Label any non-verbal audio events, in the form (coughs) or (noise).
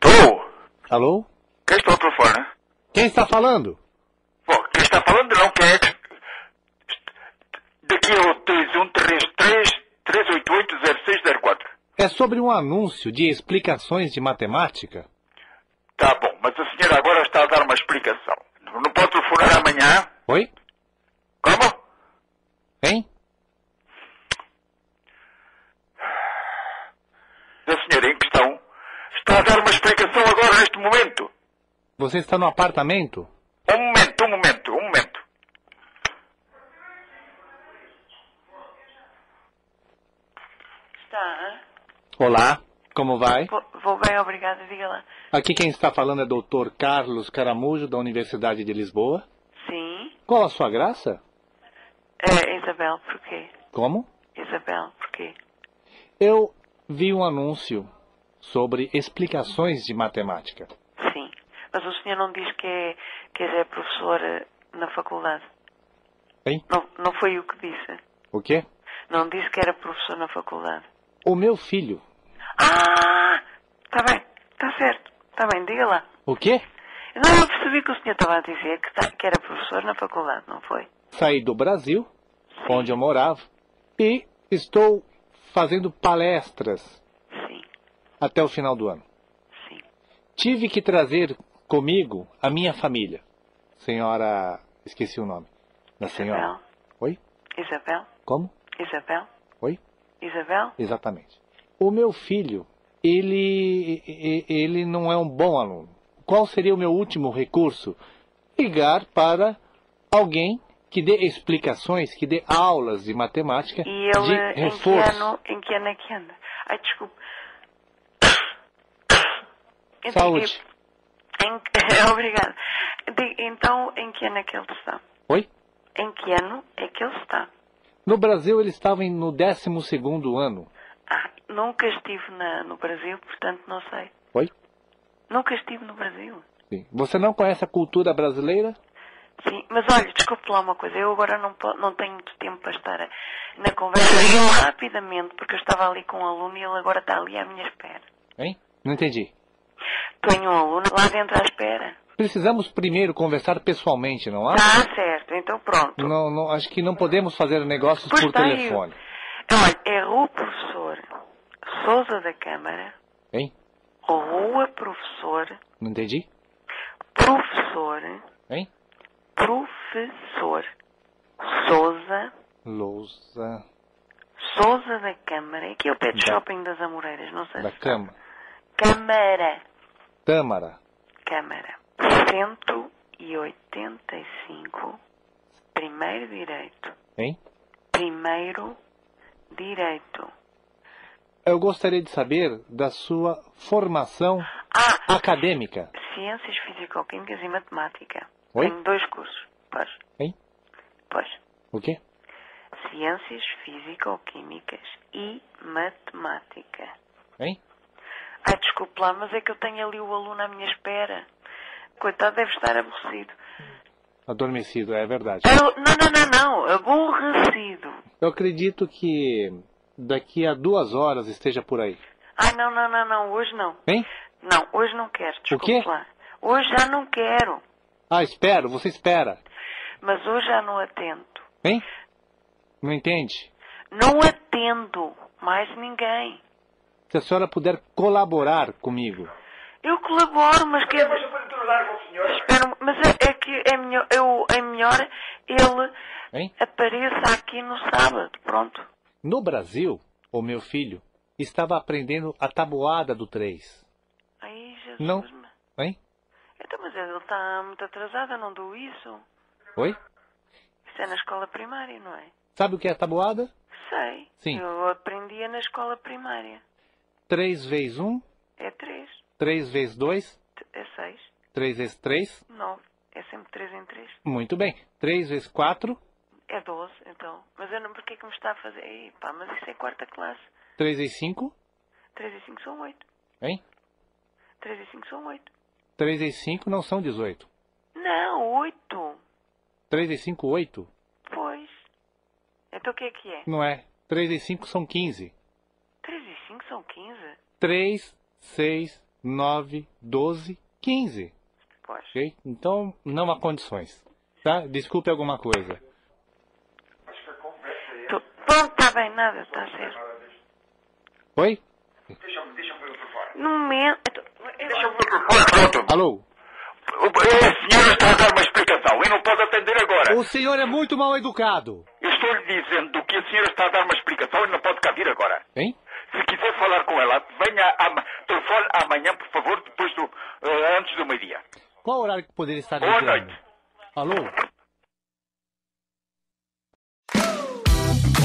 Tô. Alô? Quem estou por fora? Quem está falando? Bom, quem está falando não quer. Daqui é o 3133 388 0604. É sobre um anúncio de explicações de matemática? Tá bom, mas a senhora agora está a dar uma explicação. Não pode telefonar amanhã? Oi? Como? Hein? A senhora em questão está a dar uma explicação agora neste momento. Você está no apartamento? Um momento, um momento, um momento. Está. Olá, como vai? Tá. Vou, vou bem, obrigada. Diga lá. Aqui quem está falando é Dr. Carlos Caramujo, da Universidade de Lisboa. Sim. Qual a sua graça? É, Isabel, porquê? Como? Isabel, porquê? Eu vi um anúncio sobre explicações de matemática. Sim. Mas o senhor não diz que é, que é professora na faculdade? Hein? Não, não foi o que disse. O quê? Não disse que era professor na faculdade. O meu filho. Ah! Está bem. Está certo. Está bem, diga lá. O quê? Não, eu percebi que o senhor estava a dizer que, tá- que era professor na faculdade, não foi? Saí do Brasil, onde eu morava, e estou fazendo palestras Sim, até o final do ano. sim. Tive que trazer comigo a minha família. Senhora. Esqueci o nome. Da senhora. Isabel. Oi? Isabel? Como? Isabel? Oi? Isabel? Exatamente. O meu filho, ele, e- e- ele não é um bom aluno. Qual seria o meu último recurso? Ligar para alguém que dê explicações, que dê aulas de matemática E de ele em que reforço. ano, em que ano é que anda? Ai, desculpe. (coughs) Então, Saúde. em- em- (laughs) Obrigada. Di- Então, em que ano é que ele está? Oi? Em que ano é que ele está? No Brasil, ele estava em- no 12º ano. Ah, nunca estive na- no Brasil, portanto não sei. Oi? Nunca estive no Brasil. Sim. Você não conhece a cultura brasileira? Sim, mas olha, desculpe lá uma coisa, eu agora não, po- não tenho muito tempo para estar a- na conversa eu, (coughs) rapidamente, porque eu estava ali com um aluno e ele agora está ali à minha espera. Hein? Não entendi. Tenho um aluno lá dentro à espera. Precisamos primeiro conversar pessoalmente, não acha? Tá certo, então pronto. Não, não, acho que não podemos fazer negócios Pois por tá, eu- telefone. Olha, é Rua Professor Souza da Câmara, Hein? Rua Professor, Não entendi? Professor, Hein? Professor Souza, Lousa Souza da Câmara, que é o pet Da- shopping das Amoreiras, não sei da se cama. Câmara. Tâmara. Câmara. 185. Primeiro direito. Hein? Primeiro direito. Eu gostaria de saber da sua formação Ah, acadêmica. Ciências Físico-Químicas e Matemática. Oi? Tenho dois cursos. Pois. Hein? Pois. O quê? Ciências Físico-Químicas e Matemática. Hein? Ai, desculpe lá, mas é que eu tenho ali o aluno à minha espera. Coitado, deve estar aborrecido. Adormecido, é verdade. Eu- não, não, não, não. Aborrecido. Eu acredito que daqui a duas horas esteja por aí. Ai, não, não, não, não. Hoje não. Hein? Não, hoje não quero, desculpe quê? lá. Hoje já não quero. Ah, espero, você espera. Mas hoje já não atendo. Hein? Não entende? Não atendo mais ninguém. Se a senhora puder colaborar comigo. Eu colaboro, mas quer dizer. Espera, mas é, é que é melhor, eu, é melhor ele Hein? apareça aqui no sábado. Pronto. No Brasil, o meu filho estava aprendendo a tabuada do 3. Ai, Jesus. Não. me- Hein? Então, mas ele está muito atrasado, eu não dou isso. Oi? Isso é na escola primária, não é? Sabe o que é tabuada? Sei. Sim. Eu aprendia na escola primária. 3 vezes 1, É três. 3 vezes 2, T- É seis. 3 vezes 3. Nove. É sempre três em três. Muito bem. 3 vezes 4, É doze, então. Mas eu não... Porquê que me está a fazer... Ei, pá, mas isso é quarta classe. 3 vezes 5, Três e cinco são oito. hein? Três e cinco são oito. 3 vezes 5 não são 18. Não, oito. 3 vezes 5, 8. Pois. Então o que é que é? Não é. 3 vezes 5 são 15. Três e cinco são quinze? 3, 6, 9, 12, 15. Pois. Ok? Então, não há condições. Tá? Desculpe alguma coisa. Tu... Pronto, está bem, nada, está certo. Oi? Deixa-me deixa ver por fora. No momento... então, Deixa-me ver por fora, pronto. Alô? O- A senhora está a dar uma explicação e não pode atender agora. O senhor é muito mal educado. Eu estou lhe dizendo que a senhora está a dar uma explicação e não pode cá vir agora. Hein? Se quiser falar com ela, venha ama, telefone amanhã, por favor, depois do, eh, antes do meio-dia. Qual é horário que poderia estar Boa ligando? noite. Alô?